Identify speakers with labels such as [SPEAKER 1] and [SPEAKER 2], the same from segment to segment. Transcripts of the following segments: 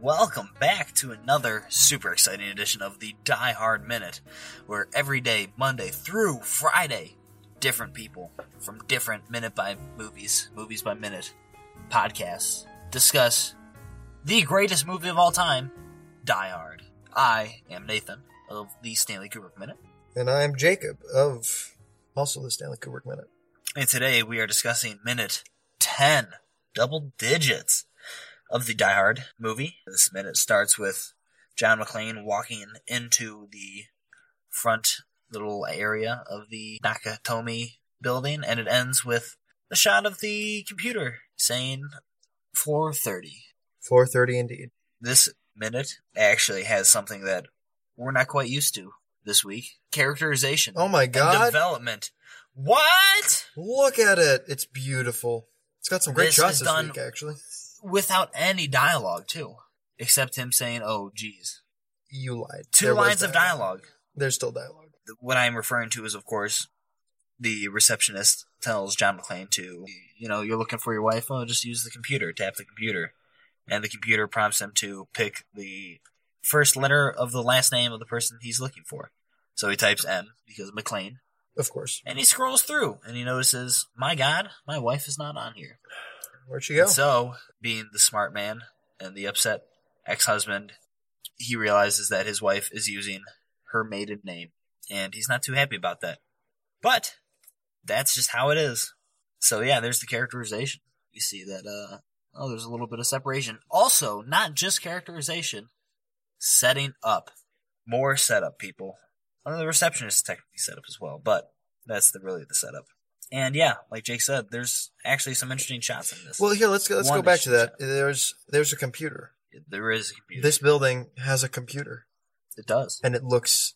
[SPEAKER 1] Welcome back to another super exciting edition of the Die Hard Minute, where every day, Monday through Friday, different people from different minute by movies, movies by minute podcasts discuss the greatest movie of all time, Die Hard. I am Nathan of the Stanley Kubrick Minute,
[SPEAKER 2] And I'm Jacob of also the Stanley Kubrick Minute.
[SPEAKER 1] and today we are discussing minute 10, double digits. of the Die Hard movie. This minute starts with John McClane walking into the front little area of the Nakatomi building, and it ends with the shot of the computer saying 430.
[SPEAKER 2] 4:30 indeed.
[SPEAKER 1] This minute actually has something that we're not quite used to this week characterization
[SPEAKER 2] Oh my
[SPEAKER 1] and
[SPEAKER 2] god.
[SPEAKER 1] development. What?
[SPEAKER 2] Look at it. It's beautiful. It's got some great
[SPEAKER 1] This
[SPEAKER 2] shots
[SPEAKER 1] is
[SPEAKER 2] this
[SPEAKER 1] done-
[SPEAKER 2] week actually.
[SPEAKER 1] Without any dialogue, too. Except him saying, oh, geez.
[SPEAKER 2] You lied.
[SPEAKER 1] Two
[SPEAKER 2] There was
[SPEAKER 1] lines of dialogue.
[SPEAKER 2] There's still dialogue.
[SPEAKER 1] what I'm referring to is, of course, the receptionist tells John McClane to, you know, you're looking for your wife. Oh, just use the computer. Tap the computer, and the computer prompts him to pick the first letter of the last name of the person he's looking for. So he types M because McClane,
[SPEAKER 2] Of course.
[SPEAKER 1] and he scrolls through, and he notices, my God, my wife is not on here.
[SPEAKER 2] Where'd she go?
[SPEAKER 1] And so, being the smart man and the upset ex-husband, he realizes that his wife is using her maiden name, and he's not too happy about that. But that's just how it is. So yeah, there's the characterization. You see that uh oh, there's a little bit of separation. Also, not just characterization, setting up. More setup, people. I know the receptionist is technically set up as well, but that's the really the setup. And yeah, like Jake said, there's actually some interesting shots in this
[SPEAKER 2] well, here let's go, let's go
[SPEAKER 1] One
[SPEAKER 2] back to
[SPEAKER 1] is-
[SPEAKER 2] that. There's there's a computer.
[SPEAKER 1] there is a computer.
[SPEAKER 2] This building has a computer
[SPEAKER 1] it does.
[SPEAKER 2] and it looks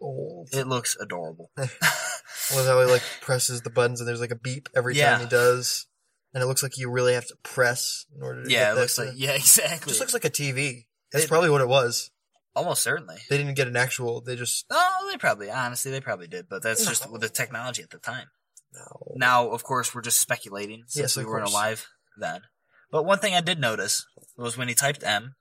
[SPEAKER 2] old.
[SPEAKER 1] It looks adorable.
[SPEAKER 2] Well, how he like presses the buttons and there's like a beep every
[SPEAKER 1] Yeah.
[SPEAKER 2] time he does. And it looks like you really have to press in order to
[SPEAKER 1] yeah,
[SPEAKER 2] get
[SPEAKER 1] it
[SPEAKER 2] that
[SPEAKER 1] looks
[SPEAKER 2] to-
[SPEAKER 1] like yeah, exactly.
[SPEAKER 2] just looks like a TV. That's
[SPEAKER 1] It-
[SPEAKER 2] probably what it was.
[SPEAKER 1] almost certainly.
[SPEAKER 2] They didn't get an actual. They just
[SPEAKER 1] Oh, they probably honestly they probably did, but that's just
[SPEAKER 2] No.
[SPEAKER 1] with the technology at the time.
[SPEAKER 2] no.
[SPEAKER 1] Now, of course, we're just speculating since
[SPEAKER 2] Yes,
[SPEAKER 1] we
[SPEAKER 2] of
[SPEAKER 1] weren't
[SPEAKER 2] course.
[SPEAKER 1] alive then. But one thing I did notice was when he typed M,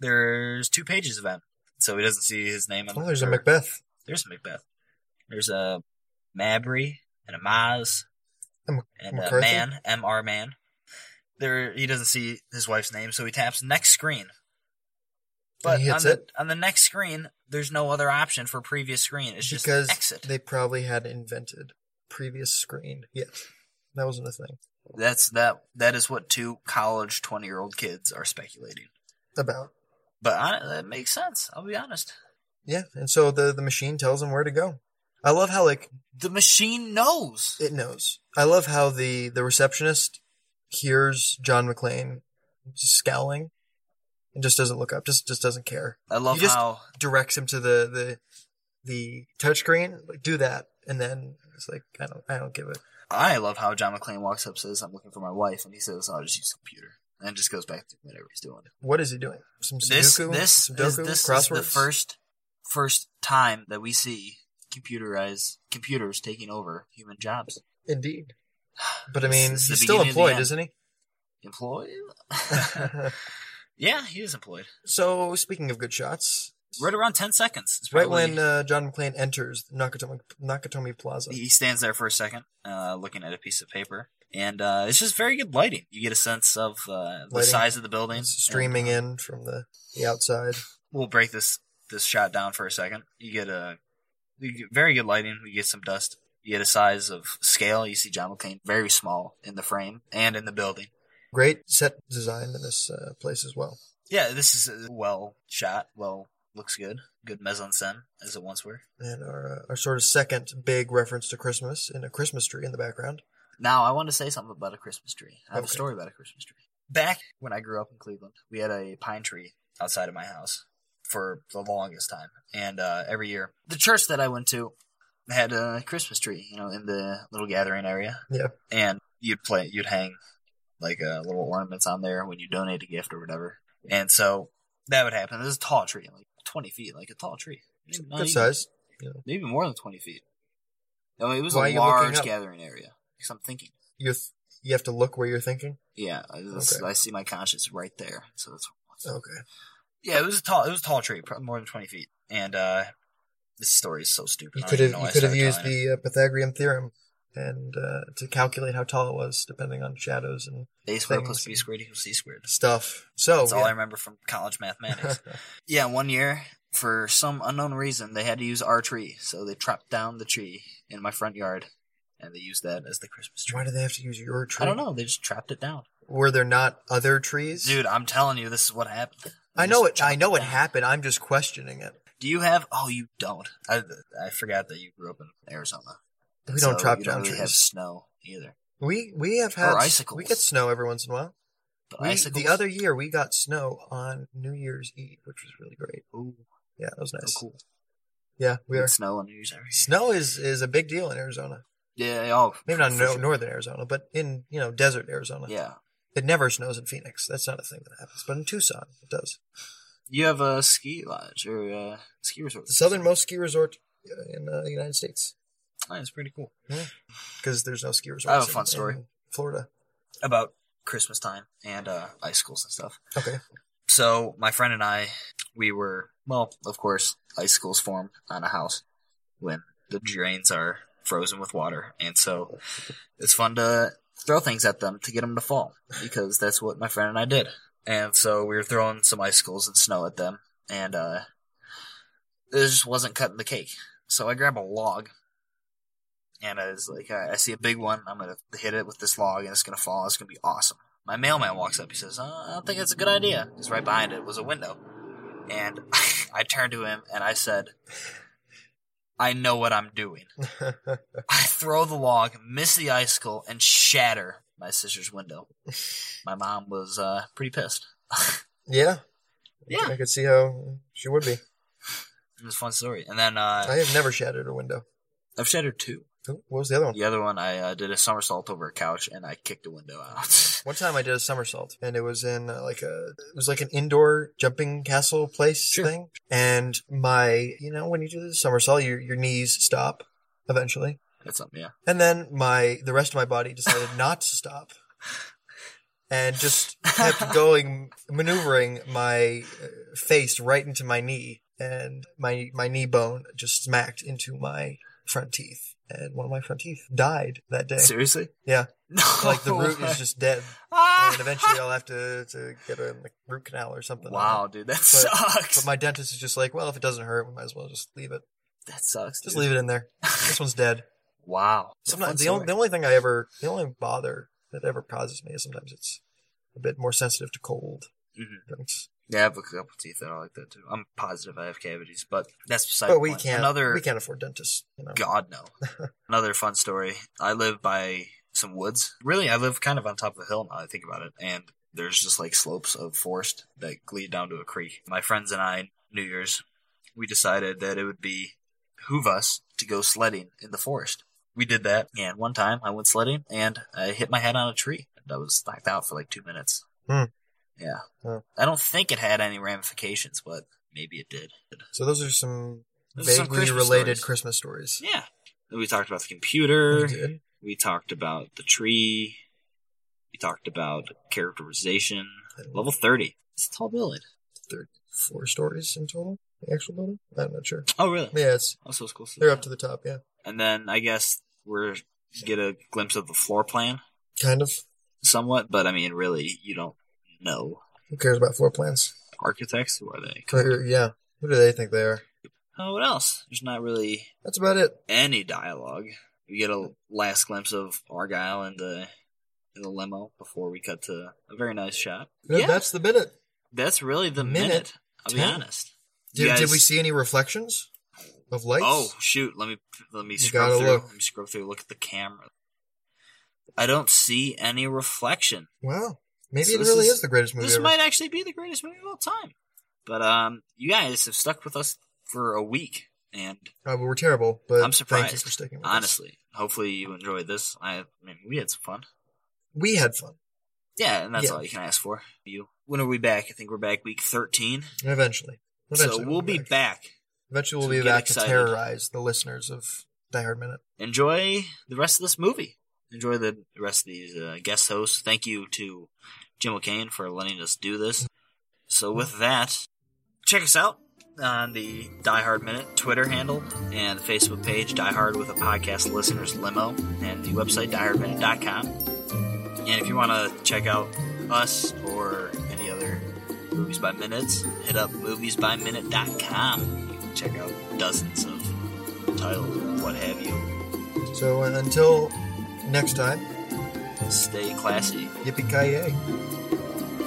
[SPEAKER 1] there's two pages of M, so he doesn't see his name. On
[SPEAKER 2] Oh, there's a
[SPEAKER 1] or-
[SPEAKER 2] Macbeth.
[SPEAKER 1] There's a Macbeth. There's a Mabry and a Maz
[SPEAKER 2] A Mac-
[SPEAKER 1] and a
[SPEAKER 2] MacArthur?
[SPEAKER 1] man, Mr. Man. There, he doesn't see his wife's name, so he taps next screen. But
[SPEAKER 2] And he
[SPEAKER 1] on
[SPEAKER 2] hits
[SPEAKER 1] the
[SPEAKER 2] it
[SPEAKER 1] on the next screen, there's no other option for previous screen. It's just
[SPEAKER 2] because
[SPEAKER 1] exit.
[SPEAKER 2] they probably had invented previous screen. Yes, that wasn't a thing
[SPEAKER 1] That's that. That is what two college twenty year old kids are speculating.
[SPEAKER 2] about.
[SPEAKER 1] But hon- that makes sense. I'll be honest.
[SPEAKER 2] Yeah, and so the the machine tells him where to go. I love how like
[SPEAKER 1] The machine knows.
[SPEAKER 2] it knows. I love how the the receptionist hears John McClane scowling and just doesn't look up. Just just doesn't care.
[SPEAKER 1] I love
[SPEAKER 2] You just-
[SPEAKER 1] how
[SPEAKER 2] directs him to the the the touchscreen. Like do that, and then it's like I don't I don't give it.
[SPEAKER 1] I love how John McClane walks up, says, "I'm looking for my wife," and he says, "I'll just use the computer," and just goes back to whatever he's doing.
[SPEAKER 2] What is he doing? Some
[SPEAKER 1] this
[SPEAKER 2] Sudoku?
[SPEAKER 1] this is,
[SPEAKER 2] Sudoku?
[SPEAKER 1] this is
[SPEAKER 2] Crosswords?
[SPEAKER 1] the first first time that we see computerized computers taking over human jobs.
[SPEAKER 2] Indeed. But I
[SPEAKER 1] This
[SPEAKER 2] mean,
[SPEAKER 1] is the
[SPEAKER 2] he's still
[SPEAKER 1] beginning of the
[SPEAKER 2] employed,
[SPEAKER 1] end.
[SPEAKER 2] isn't he?
[SPEAKER 1] Employed? yeah, he is employed.
[SPEAKER 2] so, speaking of good shots,
[SPEAKER 1] Right around ten seconds. It's
[SPEAKER 2] right
[SPEAKER 1] probably-
[SPEAKER 2] when uh, John McClane enters Nakatomi, Nakatomi Plaza,
[SPEAKER 1] he stands there for a second, uh, looking at a piece of paper, and uh, it's just very good lighting. You get a sense of uh, the
[SPEAKER 2] Lighting.
[SPEAKER 1] size of the building.
[SPEAKER 2] he's streaming in from the, the outside.
[SPEAKER 1] we'll break this this shot down for a second. You get a you get very good lighting. You get some dust. You get a size of scale. You see John McClane very small in the frame and in the building.
[SPEAKER 2] Great set design in this uh, place as well.
[SPEAKER 1] Yeah, this is a well shot. Well, looks good. Good mise en scène, as it once were.
[SPEAKER 2] And our, uh, our sort of second big reference to Christmas in a Christmas tree in the background.
[SPEAKER 1] Now, I want to say something about a Christmas tree. I have
[SPEAKER 2] Okay.
[SPEAKER 1] a story about a Christmas tree. Back when I grew up in Cleveland, we had a pine tree outside of my house for the longest time. And uh, every year, the church that I went to had a Christmas tree, you know, in the little gathering area.
[SPEAKER 2] Yeah.
[SPEAKER 1] And you'd play, you'd hang like uh, little ornaments on there when you donate a gift or whatever. And so that would happen. This is a tall tree, like 20 feet, like a tall tree. Maybe not
[SPEAKER 2] Good
[SPEAKER 1] even-
[SPEAKER 2] size.
[SPEAKER 1] Maybe more than 20 feet. No, it was
[SPEAKER 2] Why are
[SPEAKER 1] a
[SPEAKER 2] you looking
[SPEAKER 1] large
[SPEAKER 2] up?
[SPEAKER 1] gathering area. Because I'm thinking.
[SPEAKER 2] You you have to look where you're thinking.
[SPEAKER 1] Yeah, I, that's-
[SPEAKER 2] Okay.
[SPEAKER 1] I see my conscience right there. So that's
[SPEAKER 2] Okay.
[SPEAKER 1] Yeah, it was a tall. It was a tall tree, probably more than twenty feet. And uh, this story is so stupid.
[SPEAKER 2] You
[SPEAKER 1] I don't
[SPEAKER 2] could
[SPEAKER 1] even
[SPEAKER 2] have
[SPEAKER 1] know
[SPEAKER 2] you
[SPEAKER 1] why I
[SPEAKER 2] could have
[SPEAKER 1] started
[SPEAKER 2] used
[SPEAKER 1] telling it.
[SPEAKER 2] the uh, Pythagorean theorem and uh, to calculate how tall it was, depending on shadows and
[SPEAKER 1] a squared plus
[SPEAKER 2] things.
[SPEAKER 1] b squared equals c squared.
[SPEAKER 2] stuff. So
[SPEAKER 1] That's all I
[SPEAKER 2] yeah.
[SPEAKER 1] remember from college mathematics. yeah, one year for some unknown reason they had to use our tree, so they chopped down the tree in my front yard, and they used that as the Christmas tree.
[SPEAKER 2] Why do they have to use your tree?
[SPEAKER 1] I don't know. They just chopped it down,
[SPEAKER 2] Were there not other trees?
[SPEAKER 1] dude. I'm telling you, this is what happened. They
[SPEAKER 2] I know
[SPEAKER 1] just
[SPEAKER 2] it. I
[SPEAKER 1] chopped
[SPEAKER 2] know it
[SPEAKER 1] down.
[SPEAKER 2] happened. I'm just questioning it.
[SPEAKER 1] Do you have? Oh, you don't. I I forgot that you grew up in Arizona.
[SPEAKER 2] We don't
[SPEAKER 1] So
[SPEAKER 2] chop
[SPEAKER 1] you
[SPEAKER 2] down
[SPEAKER 1] really
[SPEAKER 2] trees.
[SPEAKER 1] have snow either.
[SPEAKER 2] We we have had
[SPEAKER 1] icicles.
[SPEAKER 2] we get snow every once in a while.
[SPEAKER 1] But
[SPEAKER 2] We,
[SPEAKER 1] icicles.
[SPEAKER 2] the other year we got snow on New Year's Eve, which was really great.
[SPEAKER 1] Ooh,
[SPEAKER 2] Yeah, that was
[SPEAKER 1] so
[SPEAKER 2] nice.
[SPEAKER 1] Oh, cool.
[SPEAKER 2] Yeah, we are.
[SPEAKER 1] It's snow on New Year's every year.
[SPEAKER 2] Snow is is a big deal in Arizona.
[SPEAKER 1] Yeah, oh,
[SPEAKER 2] Maybe not in
[SPEAKER 1] for
[SPEAKER 2] no,
[SPEAKER 1] sure.
[SPEAKER 2] northern Arizona, but in you know desert Arizona.
[SPEAKER 1] Yeah.
[SPEAKER 2] It never snows in Phoenix. That's not a thing that happens. But in Tucson, it does.
[SPEAKER 1] You have a ski lodge or a ski resort.
[SPEAKER 2] The southernmost ski resort uh, in uh, the United States
[SPEAKER 1] That's pretty cool.
[SPEAKER 2] because there's no ski resorts.
[SPEAKER 1] I have a fun
[SPEAKER 2] in-
[SPEAKER 1] story.
[SPEAKER 2] in Florida.
[SPEAKER 1] About Christmas time and uh, icicles and stuff.
[SPEAKER 2] Okay.
[SPEAKER 1] So my friend and I, we were well, of course, icicles form on a house when the drains are frozen with water, and so it's fun to throw things at them to get them to fall because that's what my friend and I did. And so we were throwing some icicles and snow at them, and uh, it just wasn't cutting the cake. So I grab a log, and I was like, All right, I see a big one. I'm gonna hit it with this log, and it's gonna fall. It's gonna be awesome. My mailman walks up. He says, uh, I don't think that's a good idea. Because right behind it was a window. And I turned to him and I said, I know what I'm doing. I throw the log, miss the icicle, and shatter my sister's window. My mom was uh, pretty pissed.
[SPEAKER 2] yeah.
[SPEAKER 1] Yeah.
[SPEAKER 2] I could see how she would be.
[SPEAKER 1] It was a fun story. And then uh,
[SPEAKER 2] I have never shattered a window.
[SPEAKER 1] I've shattered two.
[SPEAKER 2] Who- What was the other one?
[SPEAKER 1] The other one, I uh, did a somersault over a couch and I kicked a window out.
[SPEAKER 2] One time I did a somersault, and it was in uh, like a it was like an indoor jumping castle place
[SPEAKER 1] Sure.
[SPEAKER 2] thing. And my, you know, when you do the somersault, your your knees stop eventually,
[SPEAKER 1] That's something, yeah.
[SPEAKER 2] and then my the rest of my body decided not to stop, and just kept going, maneuvering my uh, face right into my knee, and my my knee bone just smacked into my front teeth, and one of my front teeth died that day.
[SPEAKER 1] Seriously?
[SPEAKER 2] Yeah.
[SPEAKER 1] No.
[SPEAKER 2] Like the root
[SPEAKER 1] way.
[SPEAKER 2] is just dead
[SPEAKER 1] Ah!
[SPEAKER 2] and eventually I'll have to, to get a like, root canal or something.
[SPEAKER 1] Wow, dude, that
[SPEAKER 2] But
[SPEAKER 1] sucks.
[SPEAKER 2] my dentist is just like, well, if it doesn't hurt, we might as well just leave it.
[SPEAKER 1] that sucks.
[SPEAKER 2] Just
[SPEAKER 1] dude.
[SPEAKER 2] leave it in there. This one's dead.
[SPEAKER 1] Wow.
[SPEAKER 2] Sometimes the
[SPEAKER 1] Fun
[SPEAKER 2] only, the
[SPEAKER 1] story.
[SPEAKER 2] only thing I ever, the only bother that ever causes me is sometimes it's a bit more sensitive to cold
[SPEAKER 1] Mhm.
[SPEAKER 2] things.
[SPEAKER 1] Yeah, I have a couple teeth that are like that too. I'm positive I have cavities, but that's beside
[SPEAKER 2] But
[SPEAKER 1] the
[SPEAKER 2] we
[SPEAKER 1] point.
[SPEAKER 2] can't,
[SPEAKER 1] Another
[SPEAKER 2] we can't afford dentists. You know,
[SPEAKER 1] God no. Another fun story. I live by some woods. Really, I live kind of on top of a hill now. that I think about it, and there's just like slopes of forest that lead down to a creek. My friends and I, New Year's, we decided that it would be hoove us to go sledding in the forest. We did that, and one time I went sledding and I hit my head on a tree. I was knocked out for like two minutes.
[SPEAKER 2] Hmm.
[SPEAKER 1] Yeah,
[SPEAKER 2] Huh.
[SPEAKER 1] I don't think it had any ramifications, but maybe it did.
[SPEAKER 2] So those are some
[SPEAKER 1] Those are some
[SPEAKER 2] vaguely
[SPEAKER 1] Christmas
[SPEAKER 2] related
[SPEAKER 1] stories.
[SPEAKER 2] Christmas stories.
[SPEAKER 1] Yeah. Then we talked about the
[SPEAKER 2] We
[SPEAKER 1] computer.
[SPEAKER 2] did.
[SPEAKER 1] We talked about the tree. We talked about characterization. Level 30. It's a tall building.
[SPEAKER 2] Four stories in total. The actual building. I'm not sure.
[SPEAKER 1] Oh, really?
[SPEAKER 2] Yeah, it's
[SPEAKER 1] Also, it's cool.
[SPEAKER 2] they're up to the top. Yeah,
[SPEAKER 1] And then I guess we're get a glimpse of the floor plan
[SPEAKER 2] kind of.
[SPEAKER 1] somewhat, but I mean, really, you don't know.
[SPEAKER 2] Who cares about floor plans?
[SPEAKER 1] Architects, who are they?
[SPEAKER 2] Clear- yeah. Who do they think they are?
[SPEAKER 1] Oh, what else? There's not really
[SPEAKER 2] That's about it.
[SPEAKER 1] any dialogue. We get a last glimpse of Argyle in the in the limo before we cut to a very nice shot.
[SPEAKER 2] Th-
[SPEAKER 1] Yeah.
[SPEAKER 2] That's the minute.
[SPEAKER 1] That's really the minute.
[SPEAKER 2] Minute
[SPEAKER 1] I'll
[SPEAKER 2] ten.
[SPEAKER 1] be honest.
[SPEAKER 2] Did,
[SPEAKER 1] You guys-
[SPEAKER 2] did we see any reflections of lights?
[SPEAKER 1] Oh shoot! Let me let me
[SPEAKER 2] You
[SPEAKER 1] scroll
[SPEAKER 2] gotta
[SPEAKER 1] through.
[SPEAKER 2] look.
[SPEAKER 1] Let me scroll through. Look at the camera. I don't see any reflection.
[SPEAKER 2] Wow. Maybe
[SPEAKER 1] So
[SPEAKER 2] it
[SPEAKER 1] this
[SPEAKER 2] really
[SPEAKER 1] is-
[SPEAKER 2] is, the greatest movie
[SPEAKER 1] this
[SPEAKER 2] ever.
[SPEAKER 1] might actually be the greatest movie of all time. But um, you guys have stuck with us for a week, and
[SPEAKER 2] Uh, but we're terrible, but
[SPEAKER 1] I'm surprised.
[SPEAKER 2] thank you for sticking with us.
[SPEAKER 1] honestly, hopefully you enjoyed this. I, I mean, we had some fun.
[SPEAKER 2] We had fun.
[SPEAKER 1] Yeah, and that's
[SPEAKER 2] Yeah.
[SPEAKER 1] all you can ask for. You. When are we back? I think we're back week thirteen.
[SPEAKER 2] Eventually. Eventually
[SPEAKER 1] so we'll be back.
[SPEAKER 2] Eventually
[SPEAKER 1] So
[SPEAKER 2] we'll be
[SPEAKER 1] get
[SPEAKER 2] back
[SPEAKER 1] excited.
[SPEAKER 2] to terrorize the listeners of Die Hard Minute.
[SPEAKER 1] Enjoy the rest of this movie. Enjoy the rest of these uh, guest hosts. Thank you to Jim McCain for letting us do this. So with that, check us out on the Die Hard Minute Twitter handle and the Facebook page Die Hard with a podcast listeners limo and the website diehardminute.com. And if you want to check out us or any other movies by minutes, hit up moviesbyminute.com. You can check out dozens of titles, and what have you.
[SPEAKER 2] So uh, until next time,
[SPEAKER 1] Stay classy.
[SPEAKER 2] yippee ki yay.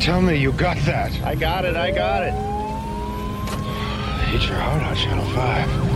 [SPEAKER 3] Tell me you got that. I got it, I got it. Hit your heart on Channel 5.